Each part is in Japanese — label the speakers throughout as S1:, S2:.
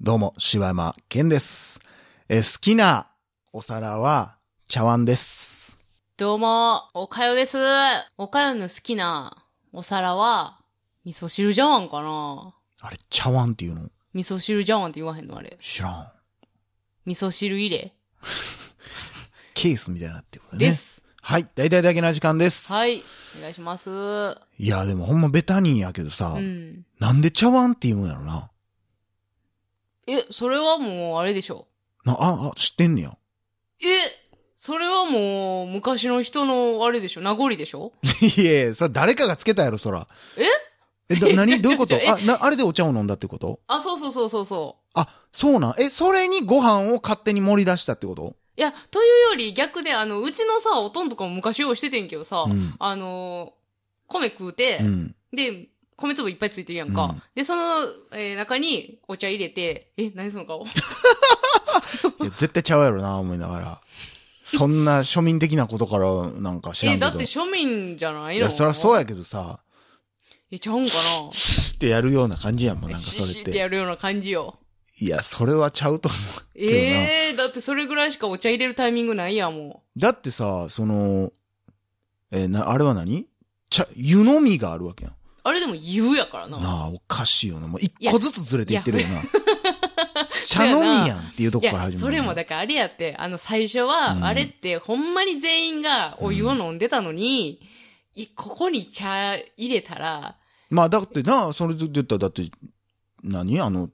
S1: どうも、柴山健です。えー好きなお皿は茶碗です。
S2: どうも、おかよです。おかよの好きなお皿は、味噌汁じゃわんかな
S1: あれ、茶碗っていうの
S2: 味噌汁じゃわんって言わへんのあれ。
S1: 知らん。
S2: 味噌汁入れ
S1: ケースみたいになってるからね。
S2: です。
S1: はい、大体だけな時間です。
S2: はい。お願いします。う
S1: いや、でもほんまベタにやけどさ、
S2: ん。
S1: なんで茶碗って言うんやろな。
S2: え、それはもうあれでしょ。
S1: な、あ、あ、知ってんねや。
S2: え、それはもう昔の人のあれでしょ。名残でしょ
S1: いやいや、それ誰かがつけたやろ、そら。
S2: え
S1: え、だ、 何どういうこと
S2: え
S1: あ、な、あれでお茶を飲んだってこと
S2: あ、そうそうそうそうそ
S1: あ、そうなん。え、それにご飯を勝手に盛り出したってこと
S2: う。いや、というより逆で、あの、うちのさ、おとんとかも昔用意しててんけどさ、
S1: うん。
S2: あのー米食うて、
S1: うん。
S2: で、米粒いっぱいついてるやんか。
S1: うん
S2: で、その、えー中にお茶入れて、え、何その顔
S1: いや、絶対ちゃうやろな、思いながら。そんな庶民的なことからなんか知らん
S2: え、
S1: けど。
S2: だって庶民じゃない
S1: い
S2: の
S1: や、そりゃそう
S2: や。
S1: やけどさ、
S2: え、ちゃうんか
S1: ってやるような感じやんもん、
S2: な
S1: なんか
S2: シ
S1: そ
S2: ッ
S1: れっ
S2: シッって
S1: て。
S2: やるような感じよ。
S1: いや、それはちゃうと思うけどな。
S2: えー、だってそれぐらいしかお茶入れるタイミングないやん、も
S1: だってさ、その、えーな、あれは何茶、湯飲みがあるわけやん。
S2: う。あれでも言うやからな。
S1: なあ、おかしいよな。もう一個ずつずれていってるよな。
S2: や
S1: 茶飲みやんっていうと
S2: い
S1: こから
S2: や、
S1: 始ま
S2: そ
S1: るよな。
S2: れもだからあれやって、あの最初
S1: うん
S2: は、あれってほんまに全員がお湯を飲んでたのに、いここに茶入れたら、
S1: まあ、だってな、それで言ったら、だって、何あの、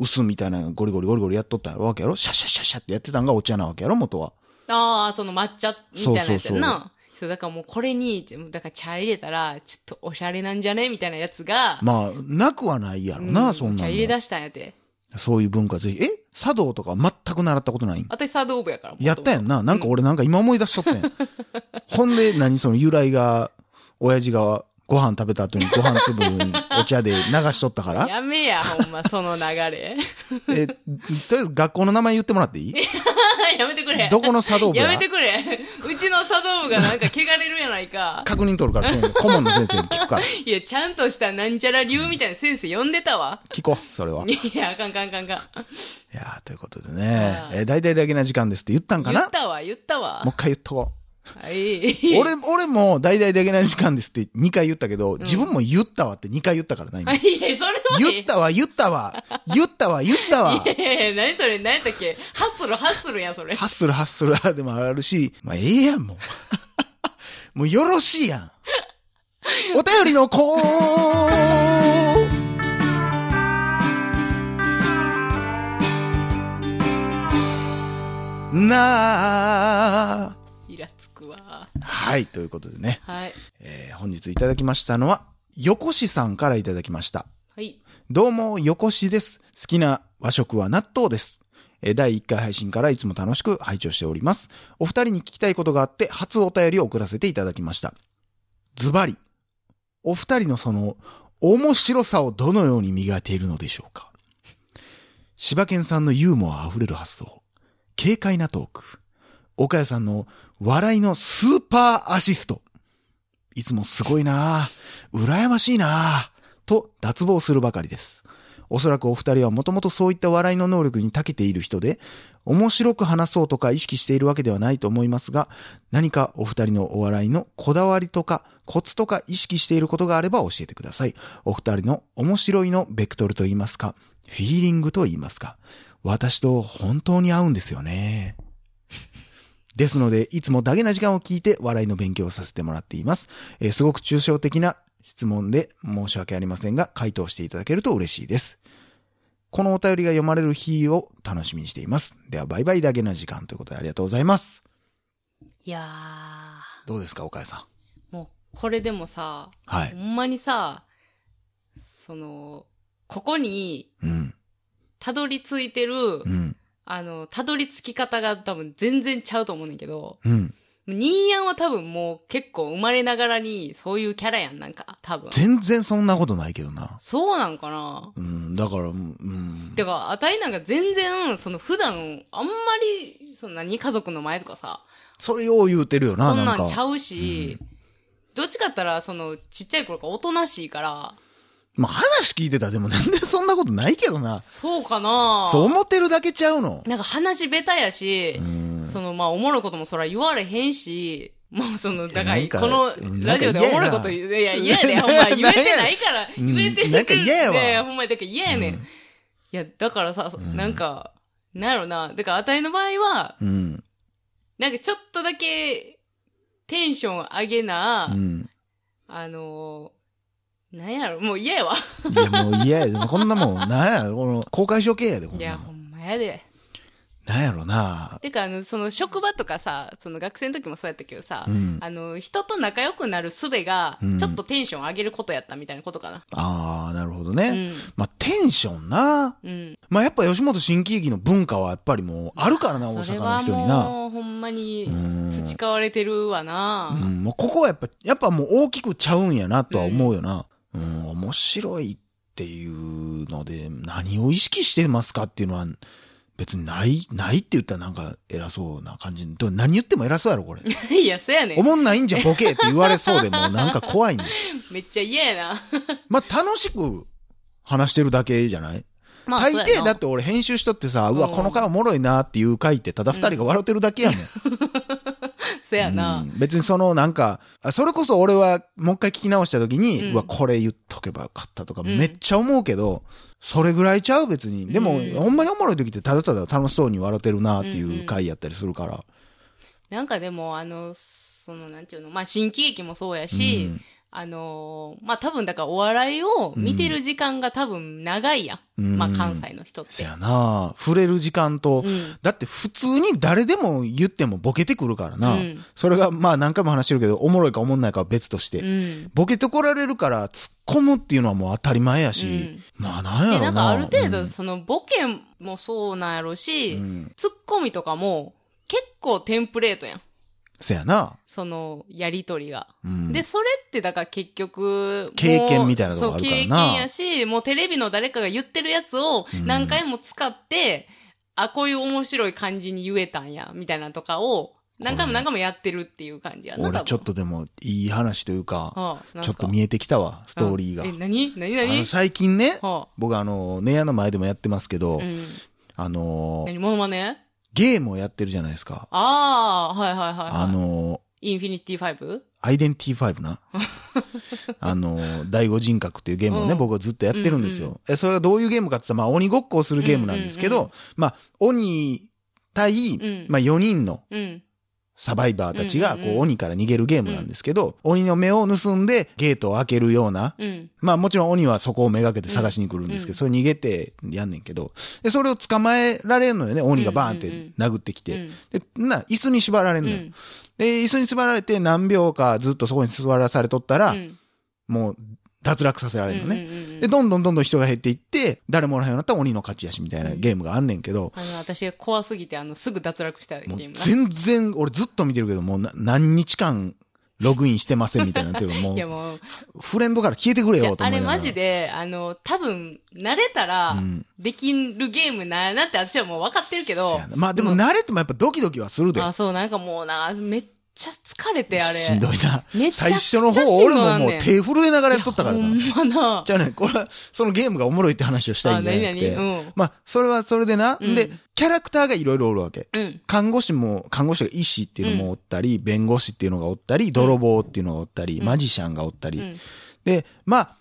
S1: 薄みたいなのゴリゴリゴリゴリやっとったわけやろシャシャシャシャってやってたんがお茶なわけやろ元は。
S2: ああ、その抹茶みたいなやつやんな。そうだからもうこれに、だから茶入れたら、ちょっとおしゃれなんじゃねみたいなやつが、
S1: まあ、なくはないやろ
S2: うん
S1: な、そんな
S2: 茶
S1: の
S2: 入れ出したんやて。
S1: そういう文化ぜひ。え茶道とか全く習ったことないん
S2: 私茶道部やから。元々
S1: やったやんな。なんか俺なんか今思い出しとった やん。ほんで、何その由来が、親父がご飯食べた後にご飯粒お茶で流しとったから。
S2: やめや、ほんま、その流れ。
S1: え、とりあえず学校の名前言ってもらっていい
S2: やめてくれ。
S1: どこの茶道部や
S2: やめてくれ。うちの茶道部がなんか汚れるやないか。
S1: 確認取るから、顧問の先生に聞くから。
S2: いや、ちゃんとしたなんちゃら流みたいな先生呼んでたわ。
S1: 聞こう、それは。い
S2: いや、あかんかんかんかん。
S1: やーということでね
S2: は、い
S1: えー大体だけな時間ですって言ったんか
S2: 言
S1: な
S2: ったわ、言ったわ
S1: もう一。回言っとこ
S2: はい。
S1: う。俺、俺も大体だけな時間ですって2回言ったけど、自分も言ったわって2回言ったからな、今。
S2: いや、それは
S1: 言ったわ、言ったわ、言ったわ、言ったわ。
S2: いやいや、何それ、何やったっけハッスル、ハッスルやん、それ。
S1: ハッスルハッスル あでもあるし、まあええやん、も う。もうよろしいやん。お便りのコーなあ。
S2: イラつくわ。
S1: はい、ということでね、
S2: はい。
S1: えー本日いただきましたのは、横志さんからいただきました。
S2: はい。
S1: どうも、横志です。好きな和食は納豆です。えー第1回配信からいつも楽しく拝聴しております。お二人に聞きたいことがあって、初お便りを送らせていただきました。ズバリ、お二人のその、面白さをどのように磨いているのでしょうか柴犬さんのユーモア溢れる発想、軽快なトーク、岡谷さんの笑いのスーパーアシスト。いつもすごいなあ羨ましいなあと脱帽するばかりです。おそらくお二人はもともとそういった笑いの能力に長けている人で、面白く話そうとか意識しているわけではないと思いますが、何かお二人のお笑いのこだわりとか、コツとか意識していることがあれば教えてください。お二人の面白いのベクトルと言いますか、フィーリングと言いますか、私と本当に合うんですよね。ですので、いつもダゲな時間を聞いて笑いの勉強をさせてもらっています。えーすごく抽象的な質問で申し訳ありませんが、回答していただけると嬉しいです。このお便りが読まれる日を楽しみにしています。では、バイバイダゲな時間ということでありがとうございます。
S2: いや
S1: どうですか、岡谷さん。
S2: ー、もう、これでもさ、
S1: は
S2: ほ
S1: い。
S2: んまにさ、その、ここに、
S1: うん。
S2: たどり着いてる
S1: う、ん。
S2: あの、たどり着き方が多分全然ちゃうと思うねんだけど、
S1: うん。
S2: ニーヤンは多分もう結構生まれながらにそういうキャラやん、なんか、多分。
S1: 全然そんなことないけどな。
S2: そうなんかな
S1: うん。だから、うんうん。
S2: てか、あたいなんか全然、その普段、あんまり、その何家族の前とかさ、
S1: それを言うてるよな、
S2: こん
S1: なん
S2: なん
S1: か
S2: ち。ゃうし、どっちかって言ったら、その、ちっちゃい頃からおとなしいから、
S1: まあ話聞いてたらでもなんでそんなことないけどな。
S2: そうかな
S1: そう思ってるだけちゃうの。
S2: なんか話ベタやし
S1: う、ん。
S2: その、まあ、おもろいこともそら言われへんし、まあ、その、だか、
S1: なんから
S2: この
S1: うん
S2: ラジオでおもろいこと言う、いや、嫌やで、ほんま、言えてないから、
S1: うん
S2: 言えて
S1: なんか嫌やわ
S2: いや、ほんま、だから嫌やねん。
S1: うん
S2: いや、だからさ、
S1: ん
S2: なんか、なんやろな、だから、あたりの場合は、
S1: うん。
S2: なんかちょっとだけ、テンション上げな、
S1: うん。
S2: あのー、なんやろ、もう嫌やわ。
S1: いやもう嫌やで。こんなもん、なんやろ、この公開処刑やで、こん
S2: い
S1: な
S2: や、
S1: も
S2: ほんまやで。
S1: ん。なんやろな。
S2: てか、あの、その職場とかさ、その学生の時もそうやったけどさ、
S1: うん。
S2: あの、人と仲良くなる術が
S1: うん、
S2: ちょっとテンション上げることやったみたいなことかな。
S1: ああ、なるほど
S2: う
S1: ね。
S2: ん。
S1: まあテンションな。
S2: うん。
S1: まあやっぱ吉本新喜劇の文化はやっぱりもうあるからな、大
S2: それ
S1: 阪の
S2: は
S1: 人にな。
S2: もう、ほんま
S1: う
S2: に、
S1: ん。
S2: 培われてるわな。
S1: うん、もうここはやっぱ、やっぱもう大きくちゃうんやなとは思うよな。うん、面白いっていうので、何を意識してますかっていうのは、別にない、ないって言ったらなんか偉そうな感じ。でも何言っても偉そうやろ、これ。
S2: いや、そうやね
S1: お
S2: ん。
S1: もんないんじゃボケって言われそうで、もうなんか怖い ね。
S2: めっちゃ嫌 やな。
S1: まあ、楽しく話してるだけじゃない
S2: ま
S1: 大
S2: そうや
S1: 抵
S2: な
S1: だって俺編集しとってさ、うわ、
S2: うん
S1: この回おもろいなっていう回ってただ二人が笑ってるだけ やもん。
S2: そうやな。
S1: うん別にそのなんか、あそれこそ俺はもう一回聞き直した時に、う
S2: うん
S1: わ、これ言っとけばよかったとか
S2: うん
S1: めっちゃ思うけど、それぐらいちゃう別に。でも、
S2: うん
S1: ほんまにおもろい時ってただただ楽しそうに笑ってるなって
S2: うん
S1: いううん回やったりするから。
S2: なんかでも、あの、その、なんていうの、まあ、新喜劇もそうやし、
S1: うん
S2: あのーまあ、多分だからお笑いを見てる時間が多分長いやん。
S1: うん
S2: まあ、関西の人っ
S1: せ
S2: て。
S1: やな触れる時間と、
S2: うん。
S1: だって普通に誰でも言ってもボケてくるからな。
S2: うん
S1: それがまあ何回も話してるけど、おもろいかおもんないかは別として。
S2: うん。
S1: ボケてこられるから突っ込むっていうのはもう当たり前やし、まあなんやろ
S2: で、
S1: な。
S2: なんかある程
S1: う
S2: 度、
S1: ん
S2: その、ボケもそうなんやろし、
S1: うん
S2: ツッコミとかも、結構テンプレートやん。
S1: せやな。
S2: その、やりとりが。
S1: うん
S2: で、それってだから結局、もう
S1: 経験みたいなとこあるからな
S2: そう、経験やし、もうテレビの誰かが言ってるやつを
S1: うん
S2: 何回も使って、あ、こういう面白い感じに言えたんや、みたいなとかを、何回も何回もやってるっていう感じやな、
S1: 俺ちょっ
S2: と、
S1: とでもいい話というか、
S2: はあ、
S1: ちょっと見えてきたわ、ス
S2: ス
S1: トーリーが。
S2: え、何何
S1: あの
S2: 何
S1: 最近ね、
S2: は
S1: 僕あの、ネアの前でもやってますけ
S2: あ、
S1: ど、
S2: うん。
S1: あのー、
S2: 何モノマネ
S1: ゲームをやってるじゃないですか。
S2: ああ、はいはいはい、はい。
S1: あの
S2: インフィニティ 5?
S1: ー、アイデンティファイブ な。あのー、第五人格っていうゲームをね、
S2: うん
S1: 僕はずっとやってるんですよ。
S2: うん
S1: え、それがどういうゲームかって言ったら、まあ鬼ごっこをするゲームなんですけど、
S2: うんうんう
S1: まあ、鬼対、
S2: うん
S1: まあ4人の
S2: うん。
S1: サバイバーたちが、
S2: うんうんうん
S1: こう、鬼から逃げるゲームなんですけど、鬼の目を盗んで、ゲートを開けるような、
S2: うん。
S1: まあもちろん鬼はそこをめがけて探しに来るんですけど、
S2: うん
S1: それ逃げてやんねんけど、で、それを捕まえられんのよね、鬼がバーンって
S2: うんうんうん
S1: 殴ってき
S2: う
S1: て。
S2: ん
S1: で、な、椅子に縛られん
S2: う
S1: のよ。
S2: ん。
S1: で、椅子に縛られて何秒かずっとそこに座らされとったら、
S2: うん
S1: もう脱落させられるのね。
S2: うんうんうん
S1: で、どんどんどんどん人が減っていって、誰もおらへんようになったら鬼の勝ちやし、みたいなゲームがあんねんけど、
S2: あの、私が怖すぎて、あの、すぐ脱落したゲ
S1: もう
S2: ームな。
S1: 全然、俺ずっと見てるけど、もうな何日間ログインしてませんみたいになってるからも
S2: いや
S1: う、
S2: もう、
S1: フレンドから消えてくれ
S2: じゃ
S1: よ、と
S2: あ
S1: 思
S2: あ
S1: いな
S2: れ
S1: がら
S2: マジで、あの、多分、慣れたら
S1: うん、
S2: できるゲームな、なって私はもう分かってるけ
S1: せ
S2: ど
S1: や、なまあでも慣れてもやっぱドキドキはするで。
S2: あ、そう、なんかもうな、めっちゃ疲れて、あれ。
S1: しんどいな。
S2: めちゃ
S1: 最
S2: くち
S1: 初
S2: ゃ
S1: の方、俺ももう
S2: 振
S1: 手震えながらやっとったから
S2: ほ
S1: な。
S2: んまな。
S1: じゃあね、これは、そのゲームがおもろいって話をしたい
S2: あ、
S1: んじゃな
S2: 何
S1: くて。
S2: 々うん。
S1: まあ、それはそれでな。
S2: うん
S1: で、キャラクターがいろいろおるわけ。
S2: うん。
S1: 看護師も、看護師が医師っていうのもおったり、弁護士っていうのがおったり、泥棒っていうのがおったり、
S2: うん
S1: マジシャンがおったり。
S2: うん
S1: で、まあ、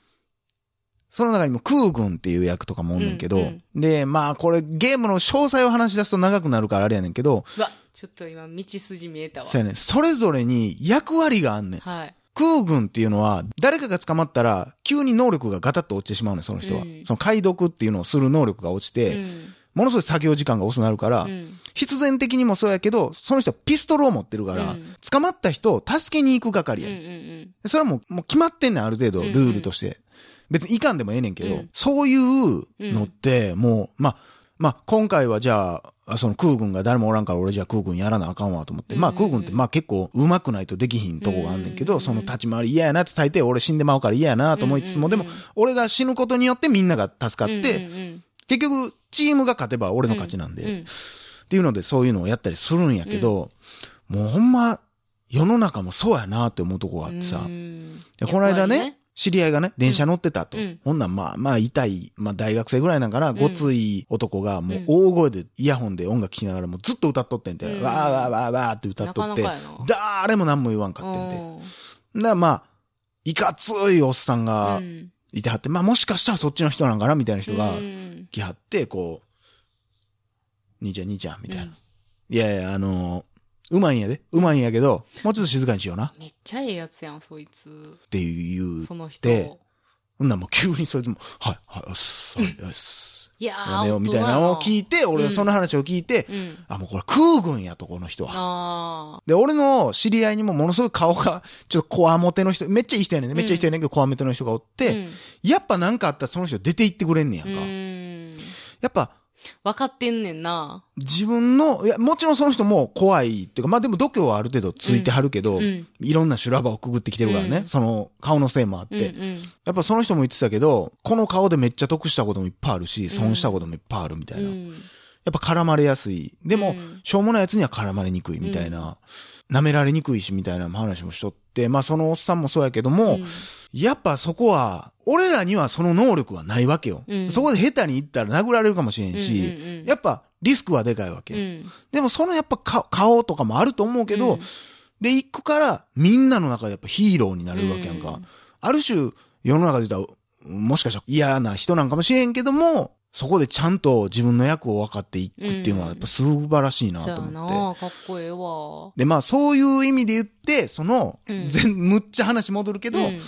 S1: その中にも空軍っていう役とかもおんねんけど、
S2: うん
S1: で、まあこれゲームの詳細を話し出すと長くなるからあれやねんけど、
S2: うわ、ちょっと今、道筋見えたわ
S1: そ。うやねんそれぞれに役割があんねん。
S2: はい。
S1: 空軍っていうのは、誰かが捕まったら、急に能力がガタッと落ちてしまうねん、その人は。
S2: うん
S1: その解読っていうのをする能力が落ち
S2: う
S1: て、
S2: ん。
S1: ものすごい作業時間が遅くなるから、
S2: うん。
S1: 必然的にもそうやけど、その人はピストルを持ってるから、
S2: うん
S1: 捕まった人を助けに行く係
S2: うん
S1: や
S2: うん
S1: ねん、
S2: うん。
S1: それはもう、もう決まってんねん、ある程度、
S2: う
S1: ル
S2: んうん
S1: ールとして。別にいかんでもええねんけど、
S2: うん
S1: そういうのって、もう、まあ、まあ、今回はじゃあ、あその空軍が誰もおらんから俺じゃあ空軍やらなあかんわと思って。
S2: うんうん
S1: まあ空軍ってまあ結構上手くないとできひんとこがあんねんけど、
S2: うんうん
S1: その立ち回り嫌やなって大抵俺死んでまうから嫌やなと思いつつも、
S2: うん
S1: で
S2: うんう
S1: も
S2: ん
S1: 俺が死ぬことによってみんなが助かって、
S2: うんうんうん、
S1: 結局チームが勝てば俺の勝ちなんで、
S2: うん
S1: っていうのでそういうのをやったりするんやけど、もうほんま、世の中もそうやなって思うとこがあってさ、
S2: うん
S1: でこの間ね
S2: やっぱり
S1: 知り合いがね、電車乗ってたと。
S2: うん
S1: ほんなんまあまあ痛い、まあ大学生ぐらいなんかな、ごつい男がもう大声でイヤホンで音楽聴きながらもうずっと歌っとってんて、
S2: うん
S1: わーわーわーわーって歌っとって、
S2: なかなかやな
S1: 誰も何も言わんかってんで。だか
S2: おー
S1: らまあ、いかついおっさんが
S2: うん
S1: いてはって、まあもしかしたらそっちの人なんかなみたいな人が
S2: うん
S1: 来はって、こう、兄ちゃん兄ちゃんみたいな。
S2: うん
S1: いやいや、あのーうまいんやで。うまいんやけど、もうちょっと静かにしような。
S2: めっちゃええやつやん、そいつ。
S1: っていう
S2: その人。
S1: でほんならもう急にそれでも、はい、はい、よし、はい、よし、
S2: いや
S1: や
S2: ー、
S1: めようみたいなのを聞
S2: い
S1: いて、俺
S2: う
S1: は
S2: ん
S1: その話を聞いて、
S2: うん。
S1: あ、もうこれ空軍やと、この人は。
S2: あ
S1: で、俺の知り合いにもものすごい顔が、ちょっとこわもての人、めっちゃいい人やねんね。
S2: うん
S1: めっちゃいい人やねんけど、こわもての人がおっ
S2: ー。
S1: て、やっぱなんかあったらその人出て行ってくれんねやん
S2: うん。
S1: か。
S2: うん。
S1: やっぱ、
S2: 分かってんねんな。
S1: 自分の、いや、もちろんその人も怖いっていうか、まあでも度胸はある程度ついてはるけど、
S2: うん。
S1: いろんな修羅場をくぐってきてるからね、
S2: うん
S1: その顔のせいもあって、
S2: うんうん。
S1: やっぱその人も言ってたけど、この顔でめっちゃ得したこともいっぱいあるし、損したこともいっぱいあるみたいな。
S2: う
S1: や
S2: ん
S1: っぱ絡まれやすい。でも、
S2: うん
S1: しょうもない奴には絡まれにくいみたいな、舐められにくいしみたいな話もしとって、まあそのおっさんもそうやけども、
S2: うん
S1: やっぱそこは、俺らにはその能力はないわけよ。
S2: うん
S1: そこで下手に行ったら殴られるかもしれんし、
S2: うんうんうん
S1: やっぱリスクはでかいわけ。
S2: うん。
S1: でもそのやっぱか顔とかもあると思うけど、
S2: うん
S1: で、行くから、みんなの中でやっぱヒーローになれるわけやんか。
S2: うん
S1: ある種、世の中で言ったら、もしかしたら嫌な人なんかもしれんけども、そこでちゃんと自分の役を分かっていくっていうのは、やっぱ素晴らしいな
S2: そう
S1: と
S2: や
S1: 思って。
S2: な、かっこええわ。
S1: で、まあ、そういう意味で言って、その、
S2: うん
S1: 全、むっちゃ話戻るけど、
S2: うん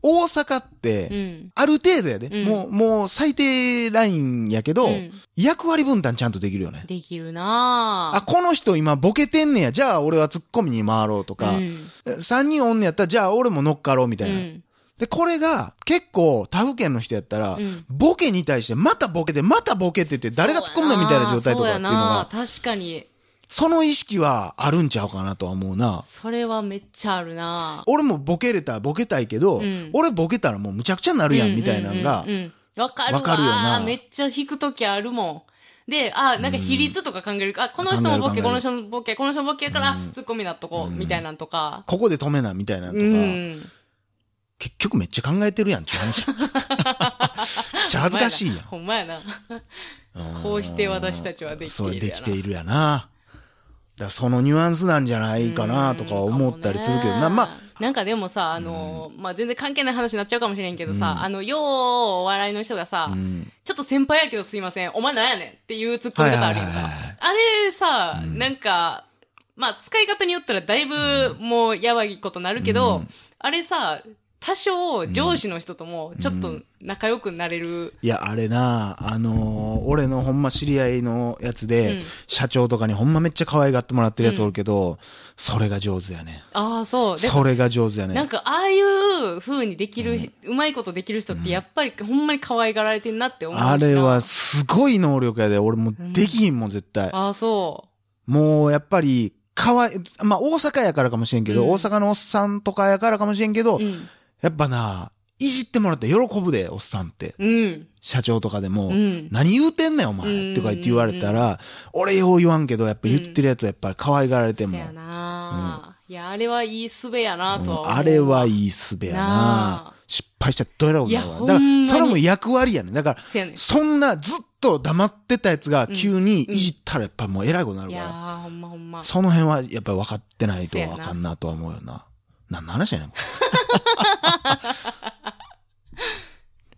S1: 大阪って、
S2: うん。
S1: ある程度やで、
S2: うん
S1: もう、もう最低ラインやけど、
S2: うん
S1: 役割分担ちゃんとできるよね。
S2: できるな
S1: あ、この人今ボケてんねや。じゃあ俺はツッコミに回ろうとか、
S2: うん
S1: 3人おんねやったらじゃあ俺も乗っかろうみたいな。
S2: うん
S1: で、これが結構他府県の人やったら、
S2: うん
S1: ボケに対してまたボケてまたボケてって誰が突っ込むのみたいな状態とかっていうのが、
S2: そうやな確かに。
S1: その意識はあるんちゃうかなとは思うな。
S2: それはめっちゃあるな
S1: 俺もボケれたらボケたいけど、
S2: うん
S1: 俺ボケたらもうむちゃくちゃにな
S2: あ
S1: るやんみたいなのが
S2: うん、うんうんわかるわ
S1: わかるよな
S2: めっちゃ引くときあるもん。で、あ、なんか比率とか考える。あ、この人もボ
S1: 考え
S2: ケ、
S1: る
S2: この人もボケ、この人もボケやから、
S1: うん
S2: ツッコミなっとこう、みたいなんとか。
S1: ここで止めなみたいなの
S2: う
S1: とか、
S2: ん。
S1: 結局めっちゃ考えてるやんっていう 話やん。めっちゃ恥ずかしいやん。
S2: ほんまやな。
S1: うん
S2: こうして私たちはできてい
S1: そう
S2: る
S1: で
S2: やな
S1: きているやな。だからそのニュアンスなんじゃないかなとか思ったりするけどな。まあ、
S2: あ。なんかでもさ、あの、まあ、全然関係ない話になっちゃうかもしれんけどさ、あの、ようお笑いの人がさ
S1: う、ん
S2: ちょっと先輩やけどすいません、お前なんやねんっていうツッコミ方あるやん
S1: はいはいは
S2: か
S1: いはい。
S2: あれさ、
S1: うん
S2: なんか、まあ、使い方によったらだいぶもうやばいことなるけど、
S1: うん
S2: あれさ、多少上司の人ともちょっと仲良くなれる。
S1: いや、あれな、あのー俺のほんま知り合いのやつで、
S2: うん
S1: 社長とかにほんまめっちゃ可愛がってもらってるやつおるけど、それが上手やね。
S2: ああ、そう。で
S1: それが上手や
S2: なん
S1: ね。
S2: か、ああいう風にできる、うまいことできる人って、やっぱり、ほんまに可愛がられてんなって思うしな
S1: あれは、すごい能力やで。俺もうできひんもん、絶対。
S2: ああ、そ
S1: もう、やっぱり、かわい、まあ、大阪やからかもしれんけど、
S2: うん
S1: 大阪のおっさんとかやからかもしれんけど、
S2: う。うん。
S1: やっぱな、いじってもらって喜ぶで、おっさんって。
S2: うん。
S1: 社長とかでも、
S2: うん
S1: 何言うてんねん、お
S2: うん
S1: 前。とか言って言われたら、俺よう言わんけど、やっぱ言ってるやつはやっぱり可愛がられて
S2: そ
S1: も。
S2: やな、いや、あれはいいすべやなとは
S1: う
S2: 思
S1: ん
S2: う。
S1: あれはいいすべや
S2: な
S1: な
S2: あ。
S1: 失敗したらどうやろう
S2: いや
S1: か
S2: ほん
S1: な。だ
S2: ま
S1: か
S2: に
S1: ら、それも役割やねん。だから、
S2: せやねん。
S1: そんなずっと黙ってたやつが急にいじったらやっぱもう偉いことになる
S2: い
S1: から。
S2: やー、ほんまほんま。
S1: その辺はやっぱり分かってないと
S2: せやな
S1: 分かんなとは思うよな。何の話やねん、こ れ。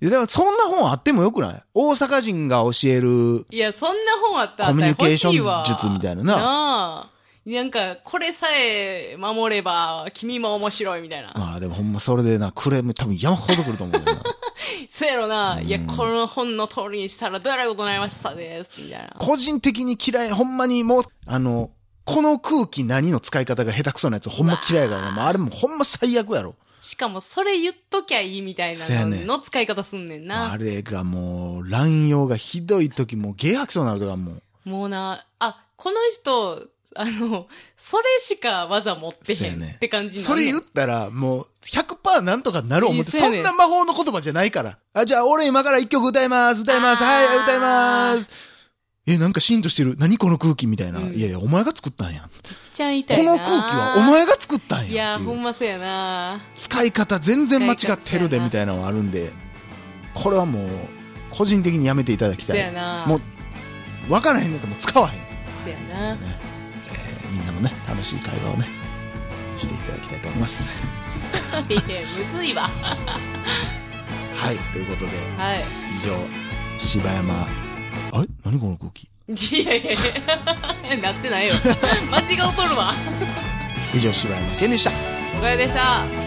S1: いや、でもそんな本あってもよくない大阪人が教える、
S2: いや、そんな本あったら
S1: コミュニケーション
S2: 欲しわ
S1: 術みたいなな
S2: あなんか、これさえ守れば、君も面白いみたいな。
S1: まあでもほんまそれでな、クレーム多分山ほど来ると思うよ な。
S2: そうやろな、
S1: うん
S2: いや、この本の通りにしたらどうやらいことになりましたです、みたいな。
S1: 個人的に嫌い、ほんまにもう、あの、この空気何の使い方が下手くそなやつほんま嫌いだからな。もうあれもほんま最悪やろ。
S2: しかも、それ言っときゃいいみたいな
S1: そうやね
S2: のの使い方すんねんな。
S1: あれがもう、乱用がひどい時もうゲー吐きそうになるとかもう。
S2: もうな、あ、この人、あの、それしか技持って
S1: そう
S2: へ
S1: や
S2: ん
S1: ね
S2: って感じに な
S1: そ
S2: る
S1: れ
S2: ねん
S1: 言ったら、もう、100%なんとかなる思って、
S2: いやそ
S1: そ
S2: やねん
S1: んな魔法の言葉じゃないから。あ、じゃあ、俺今から一曲歌います、歌います、
S2: あー
S1: はい、歌います。ええ、なんか浸透してる。何この空気みたいな。
S2: うん
S1: いやいや、お前が作ったんやん。こ
S2: ちゃいたいな
S1: の空気はお前が作ったんやんって
S2: い
S1: いう。
S2: やほんまそうやな
S1: 使い方全然間違ってるでみたいなのがあるんでこれはもう個人的にやめていただき
S2: そ
S1: た
S2: うや
S1: い
S2: な
S1: もう分からへんのともう使わへん、え
S2: そうやな
S1: ーみんなもね楽しい会話をねしていただきたいと思います
S2: いやむずいわ
S1: はいということで
S2: はい
S1: 以上柴山あれ何この空気
S2: いやいやいや なってないよ間違うとるわ
S1: 以上柴山健でした
S2: おかよでした